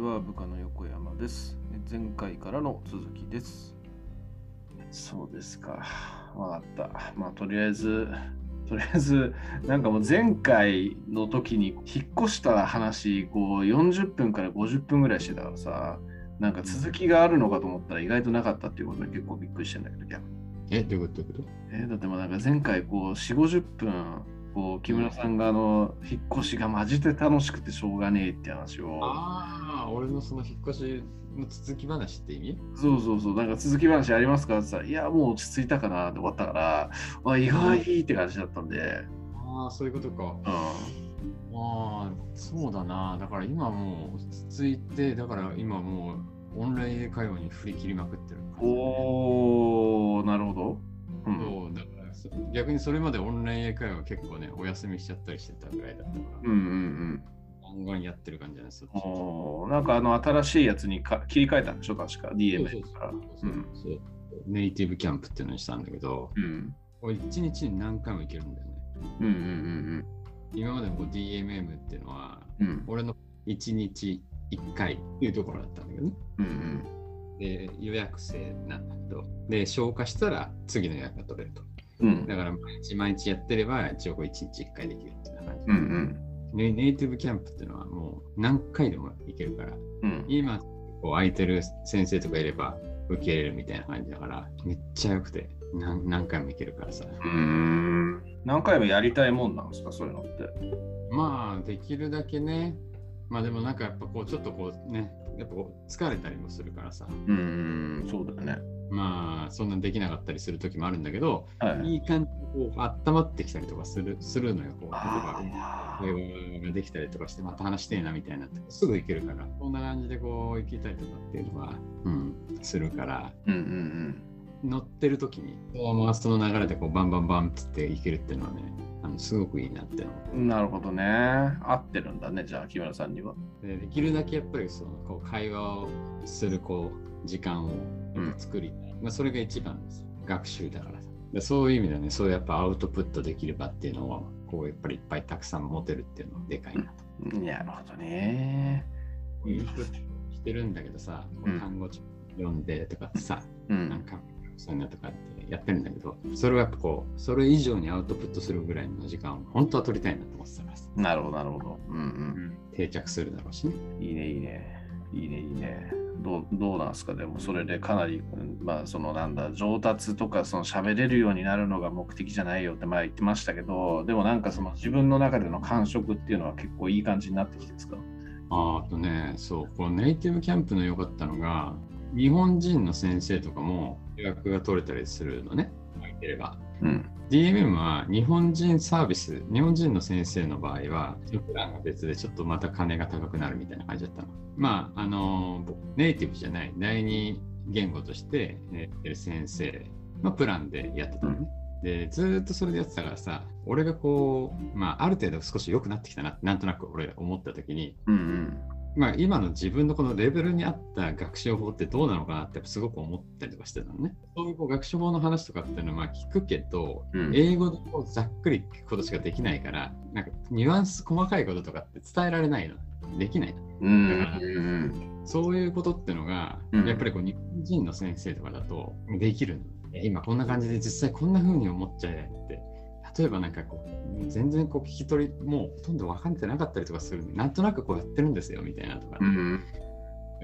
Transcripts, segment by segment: は部下の横山です。え前回からの続きです。そうですか。わかった。まあ、とりあえず、とりあえず、なんかもう前回の時に引っ越した話、こう40分から50分ぐらいしてたからさ、なんか続きがあるのかと思ったら意外となかったっていうことに結構びっくりしてんだけど、逆に。え、どういうことどういうこえーだってもうなんか前回こう4、50分、こう木村さんがあの引っ越しがマジで楽しくてしょうがねえって話をとああ、俺のその引っ越しの続き話って意味そうそうそう、なんか続き話ありますかって言ったら、いや、もう落ち着いたかなって終わったから、あ、意外って感じだったんで、ああ、そういうことか。うああ、そうだな。だから今もう落ち着いて、だから今もうオンライン英会話に振り切りまくってる感ん。じだね。おー、なるほど。うん。そうだからそ逆にそれまでオンライン英会話結構ね、お休みしちゃったりしてたぐらいだったかうんうんうん。ら、ガンガンやってる感じじゃないそっち。おーなんかあの新しいやつにか切り替えたんでしょ、確か。そう DM そうから。そううんそうネイティブキャンプっていうのにしたんだけど、うん。これ一日に何回も行けるんだよね。うんうん今までのこう DMM っていうのは、うんうん。うん俺の1日1回っていうところだったんだけどね。うんで、予約制なんだけど、で、消化したら次の予約が取れると。うん。うんだから毎日毎日やってれば、一応こう1日1回できるっていうような感じ、うんうん。ねネイティブキャンプっていうのはもう何回でも行けるから、うん今、こう空いてる先生とかいれば受け入れるみたいな感じだから、めっちゃ良くて、何何回も行けるからさ。うーん。何回もやりたいもんなんですか、そういうのって。まあできるだけねまあでもなんかやっぱこうちょっとこうねやっぱこう疲れたりもするからさうん、そうだよね。まあそんなんできなかったりする時もあるんだけどはい。いい感じにこう温まってきたりとかするするのよこう例えばあー会話ができたりとかしてまた話してえなみたいになってすぐ行けるからこんな感じでこう行けたりとかっていうのはうんするからうんうんうん。乗ってる時にこうまあその流れでこうバンバンバンっつって行けるっていうのはねあのすごくいいなって思うなるほどね。合ってるんだね、じゃあ、木村さんには。でできるだけやっぱりそのこう会話をするこう時間をやっぱ作りたい、まあ、それが一番です学習だからさでそういう意味ではねそういうやっぱアウトプットできる場っていうのをこうやっぱりいっぱいたくさん持てるっていうのはでかいなと、なるほどね。うインプットしてるんだけどさ、こううん単語帳読んでとかさ、うなんん。かそういうのとかってやってるんだけどそれはやっぱこうそれ以上にアウトプットするぐらいの時間を本当は取りたいなと思ってたからさ、なるほど、なるほど。うん定着するだろうしねうん。いいね、いいね。いいね、いいね。どうどうなんですかでもそれでかなり、うんまあそのなんだ、上達とかその喋れるようになるのが目的じゃないよって前言ってましたけど、でもなんかその自分の中での感触っていうのは結構いい感じになってきてるんですかあーあとね、そう、このネイティブキャンプの良かったのが、日本人の先生とかも予約が取れたりするのね、空いてれば。うん。 DMM は日本人サービス、日本人の先生の場合は、プランが別でちょっとまた金が高くなるみたいな感じだったの。まあ、あの、ネイティブじゃない、第二言語としてやってる先生のプランでやってたのね。で、ずーっとそれでやってたからさ、俺がこう、まあ、ある程度少し良くなってきたなって、なんとなく俺思った時に、うんまあ、今の自分のこのレベルに合った学習法ってどうなのかなってすごく思ったりとかしてたのね。そういうこう学習法の話とかっていうのはまあ聞くけど、うん。うん、英語でこうざっくり聞くことしかできないから、なんかニュアンス細かいこととかって伝えられないの。できないの。うんうんそういうことってのが、うんやっぱりこう日本人の先生とかだとできるの。え今こんな感じで実際こんな風に思っちゃえって。例えばなんかこう、全然こう聞き取り、もうほとんど分かれてなかったりとかするんで、なんとなくこうやってるんですよみたいなとか。うん。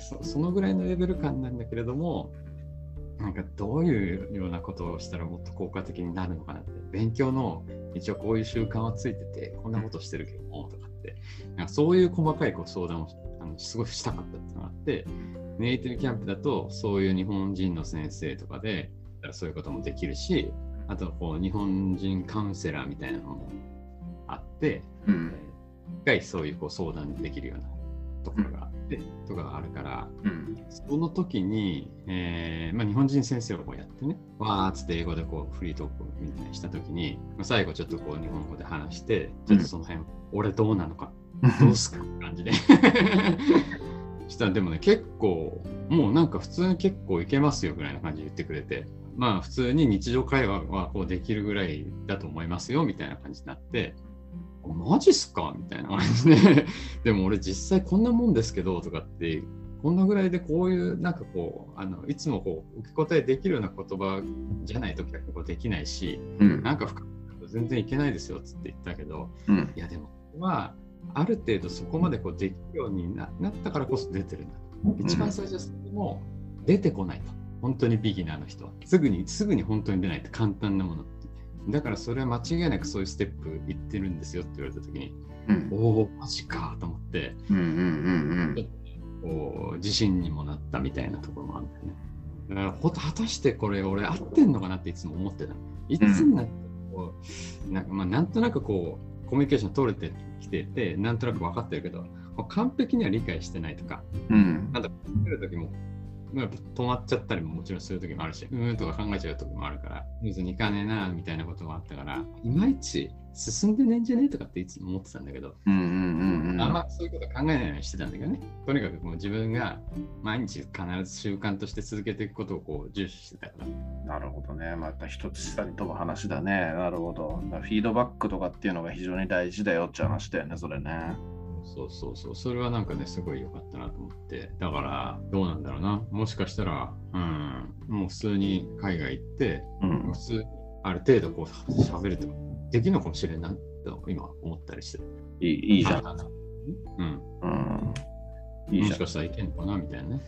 そそのぐらいのレベル感なんだけれどもなんかどういうようなことをしたらもっと効果的になるのかなって勉強の一応こういう習慣はついててこんなことしてるけどもとかってなんかそういう細かいご相談をあのすごいしたかったっていうのがあってネイティブキャンプだとそういう日本人の先生とかでだからそういうこともできるしあとこう日本人カウンセラーみたいなのもあってうん一回そういうこう相談できるようなところがあって、とかがあるからうんその時に、えーまあ、日本人先生をこうやってね、わーっつって英語でこうフリートークみたいにした時に、まあ、最後ちょっとこう日本語で話して、ちょっとその辺、俺どうなのか、どうすかって感じで。 したらでもね、結構、もうなんか普通に結構いけますよぐらいな感じで言ってくれて、まあ普通に日常会話はこうできるぐらいだと思いますよみたいな感じになって、マジっすかみたいな感じで、 でも俺実際こんなもんですけどとかって、こんなぐらいでこういう、なんかこう、あのいつもこう受け答えできるような言葉じゃないときはこうできないし、うんなんか深くなると全然いけないですよっつって言ったけど、うんいやでも、まあ、ある程度そこまでこうできるようにななったからこそ出てるんだと。一番最初はそれも出てこないと。本当にビギナーの人は。すぐに、すぐに本当に出ないって簡単なものって。だからそれは間違いなくそういうステップいってるんですよって言われた時に、うんおお、マジかと思って、うんうんうんこう自信にもなったみたいなところもあるんだよね。だからほ果たしてこれ俺合ってんのかなっていつも思ってた。いつになってこう、なんかまあなんとなくこうコミュニケーション取れてきててなんとなく分かってるけどこう完璧には理解してないとかうん作る時もまあ止まっちゃったりももちろんする時もあるしうーんとか考えちゃう時もあるから別にいかねえなみたいなこともあったからいまいち進んでねえんじゃねえとかっていつも思ってたんだけどうんうんうんうんあんまそういうこと考えないようにしてたんだけどね。とにかくもう自分が毎日必ず習慣として続けていくことをこう重視してたから。なるほどね。また一つ下に飛ぶ話だね。なるほど。だからフィードバックとかっていうのが非常に大事だよって話だよね、それね。そうそうそう。それはなんかね、すごい良かったなと思って。だから、どうなんだろうな。もしかしたら、うん、もう普通に海外行って、う普ん。通にある程度こう喋るとかできるのかもしれんないと今思ったりしてる。いいいいじゃん。うん。うん。いいもじゃしかしたらいけんのかなみたいなん。うね。ん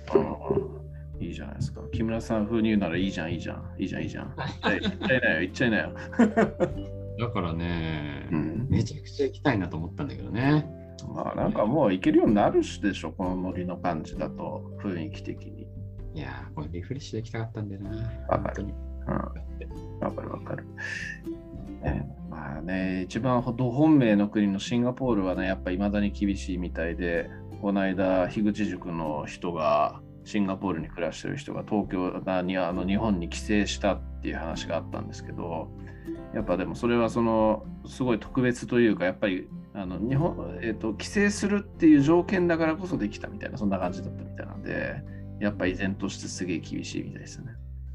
いいじゃないですか。木村さん風に言うならいいじゃん、いいじゃん。いいじゃん、いいじゃん。言っちゃいなよ、言っちゃいなよ。だからね、うん。めちゃくちゃ行きたいなと思ったんだけどね。まあなんかもういけるようになるしでしょ、このノリの感じだと、雰囲気的に。いやー、これリフレッシュできたかったんだよな。わかる本当に。わかるわかる。ねまあね、一番ほど本命の国のシンガポールはね、やっぱいまだに厳しいみたいで、この間、樋口塾の人が、シンガポールに暮らしてる人が東京あにあの日本に帰省したっていう話があったんですけど、やっぱでもそれはそのすごい特別というか、やっぱりあの日本、えっと帰省するっていう条件だからこそできたみたいな、そんな感じだったみたいなんで、やっぱ依然としてすげえ厳しいみたいですね。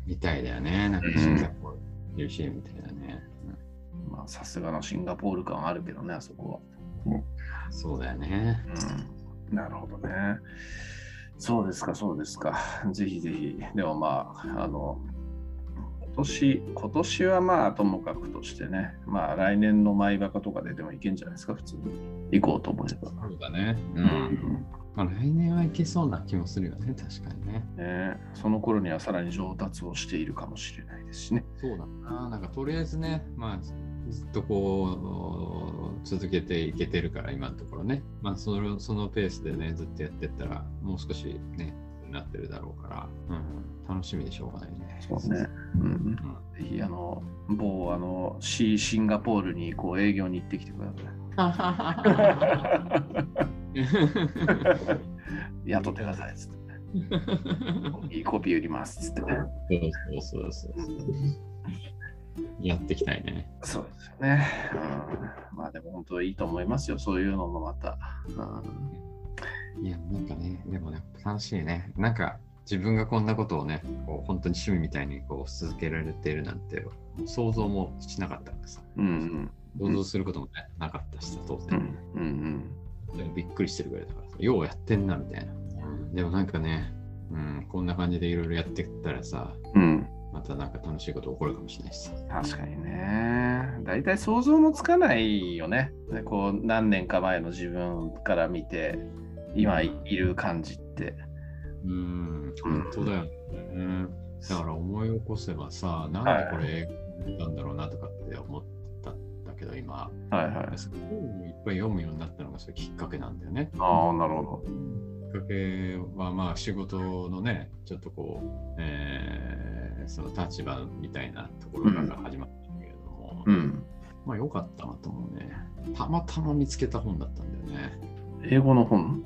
みたいだよね。なんうんかシンガポール、優秀みたいだね。まあさすがのシンガポール感はあるけどね、あそこは。うんそうだよね。うん、なるほどね。そうですか、そうですか。ぜひぜひ。でもまあ、あの、今年、今年はまあ、ともかくとしてね、まあ、来年の舞バカとか出てもいけんじゃないですか、普通に。行こうと思えば。そうだね。う。うんまあ、来年はいけそうな気もするよね。確かにね。ね、その頃にはさらに上達をしているかもしれないですしね。そうだな。なんかとりあえずね、まあ、ずっとこう、続けていけてるから、今のところね。まあ、そのそのペースでね、ずっとやってったら、もう少しね、なってるだろうから、うん、楽しみでしょうがないね。そう ね。うんうんぜひ、あの、某、あの、シーシンガポールにこう営業に行ってきてください。雇ってください、つって。いいコピー売ります、つってね。そうそうそうそう。やっていきたいね。そうですよね。うん、まあでも本当いいと思いますよ、そういうのもまた。うんいや、なんかね、でもね、楽しいね。なんか自分がこんなことをね、こう本当に趣味みたいにこう続けられているなんて、もう想像もしなかったからさ。うん想像することも、ねなかったしさ、当うんう然、んうんびっくりしてるぐらいだからさ、ようやってんなみたいな。でもなんかね、うん、こんな感じでいろいろやってったらさ、うんうんまたなんか楽しいこと起こるかもしれないしさ。確かにね。大体想像もつかないよね。でこう何年か前の自分から見て、今いる感じって。うん、本当だよね。だから思い起こせばさ、なんでこれ映画なんだろうなとかって思ったんだけど、今、はいはい。その本をいっぱい読むようになったのがそれきっかけなんだよね。ああ、なるほど。きっかけはまあ仕事のね、ちょっとこう、えーその立場みたいなところから始まったんだけれども、うん。まあ良かったなと思うね。たまたま見つけた本だったんだよね。英語の本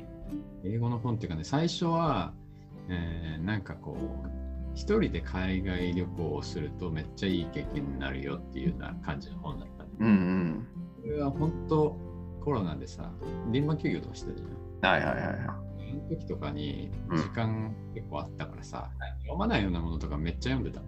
英語の本っていうかね最初は、えーなんかこう一人で海外旅行をするとめっちゃいい経験になるよっていうような感じの本だったねうんこれは本当コロナでさ林間休業とかしてたじゃんうん。はいはいはいはい。あの時とかにうん時間結構あったからさ、読まないようなものとかめっちゃ読んでたの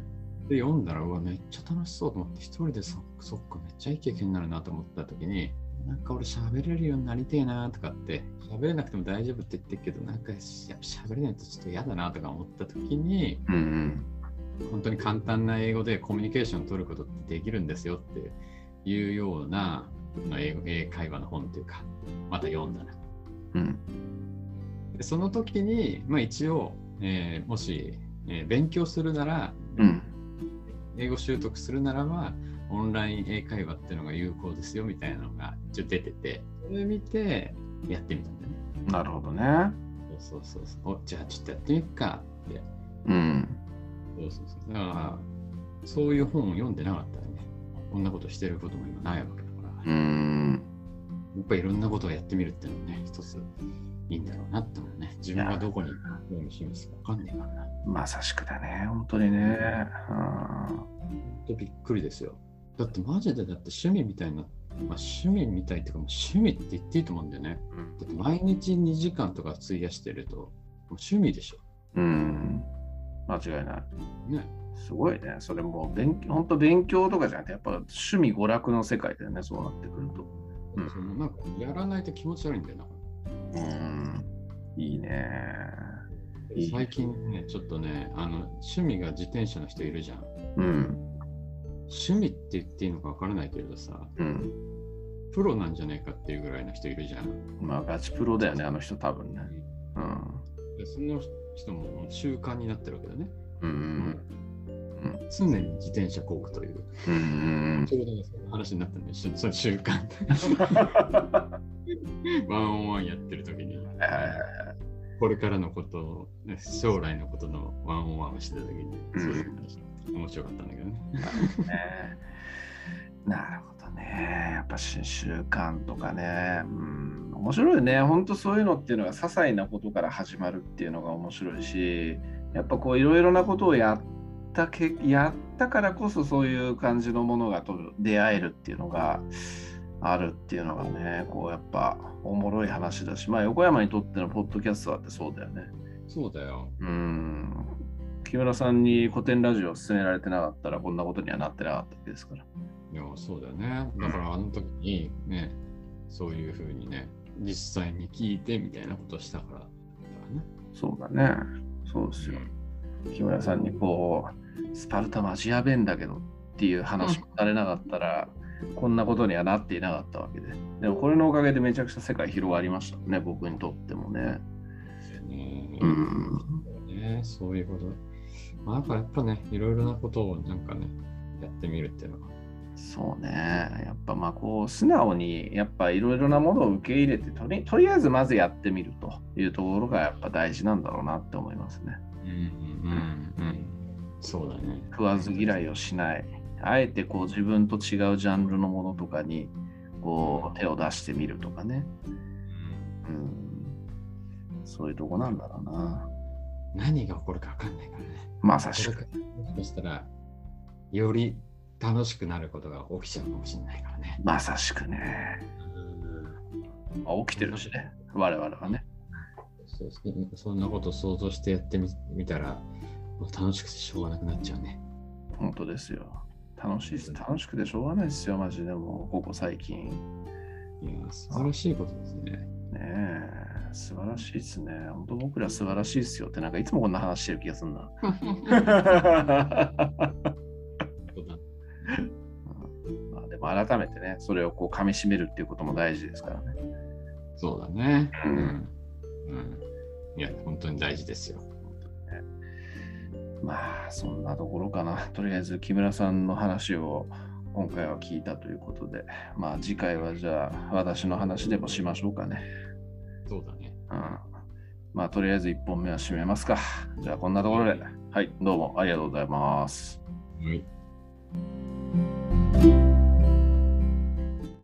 で読んだらうわめっちゃ楽しそうと思って一人でそそっかめっちゃいい経験になるなと思った時になんか俺喋れるようになりてえなとかって、喋れなくても大丈夫って言ってるけど、なんかしやっぱ喋れないとちょっと嫌だなとか思った時に、うんうん。本当に簡単な英語でコミュニケーション取ることってできるんですよっていうような、まあ英語英会話の本というか、また読んだな。うんでその時に、まあ、一応、えーもし、えー勉強するなら、うん。英語習得するならばオンライン英会話っていうのが有効ですよみたいなのが一応出ててそれ見てやってみたんだよねなるほどね。そうそうそうそうおじゃあちょっとやってみっかってうん。そうそうそうだからそういう本を読んでなかったらねこんなことしてることも今ないわけだからうーん。やっぱりいろんなことをやってみるっていうのもね一ついいんだろうなって思うね自分がどこに興味示すか分かんないからなまさしくだね。本当にね。ほんとびっくりですよ。だってマジでだって趣味みたいな、まあ、趣味みたいっていうかもう趣味って言っていいと思うんだよね。うんだって毎日2時間とか費やしてるともう趣味でしょ。うん。うん。間違いない。ね。すごいね。それもう勉強、本当勉強とかじゃなくて、やっぱ趣味娯楽の世界だよね。そうなってくると。うんそのなんかやらないと気持ち悪いんだよな。うん。いいね。いい最近ね、ちょっとね、あの趣味が自転車の人いるじゃん。うん。趣味って言っていいのかわからないけれどさ、うん。プロなんじゃないかっていうぐらいの人いるじゃん。まあ、ガチプロだよね。あの人多分ね。うん。でその人ももう習慣になってるわけだね。うん。常に自転車こぐという。うん。うんちょうどねその話になったんで、その習慣。 ワンオンワンやってる時に、はいはいはいこれからのことを、ね将来のことのワンオンワンをしてた時に、うんそういう話、面白かったんだけどね。ねなるほどね。やっぱし習慣とかね。うん。面白いね。本当そういうのっていうのが些細なことから始まるっていうのが面白いし、やっぱこういろいろなことをやったけやったからこそそういう感じのものがと出会えるっていうのがあるっていうのがね、こうやっぱおもろい話だし、まあ横山にとってのポッドキャストだってそうだよね。そうだよ。うん。木村さんに古典ラジオを勧められてなかったらこんなことにはなってなかったわけですから。いや、そうだよね。だからあの時にね、そういうふうにね、実際に聞いてみたいなことをしたから。だからねそうだね。そうですよ。木村さんにこう、スパルタマジやべえんだけどっていう話もされなかったら、こんなことにはなっていなかったわけで。でもこれのおかげでめちゃくちゃ世界広がりましたね、僕にとってもね。ねうん。ね、そういうこと。まあ、だからやっぱね、いろいろなことをなんかね、やってみるっていうのは。そうね。やっぱまあこう、素直にやっぱいろいろなものを受け入れてとり、とりあえずまずやってみるというところがやっぱ大事なんだろうなって思いますね。うんうんうん。そうだね。食わず嫌いをしないあえてこう自分と違うジャンルのものとかにこう手を出してみるとかね、うん、そういうとこなんだろうな何が起こるか分かんないからね。まさしそれくがもしかしたら、より楽しくなることが起きちゃうかもしれないからね。まさしくね、まあ、起きてるしね我々はねそうそそんなことを想像してやってみみたら、もう楽しくてしょうがなくなっちゃうね。本当ですよ楽しいっす楽しくてしょうがないですよマジでもうここ最近いやー、素晴らしいことですね。ねえ素晴らしいっすね本当僕ら素晴らしいっすよってなんかいつもこんな話してる気がする なまあ、でも改めてね、それをこう噛み締めるっていうことも大事ですからね。そうだね。ううんん。うん、いや、本当に大事ですよ。まあ、そんなところかな。とりあえず、木村さんの話を今回は聞いたということで、まあ、次回はじゃあ、私の話でもしましょうかね。そうだね。うん。まあ、とりあえず1本目は締めますか。じゃあ、こんなところで。はい、どうもありがとうございます。はい。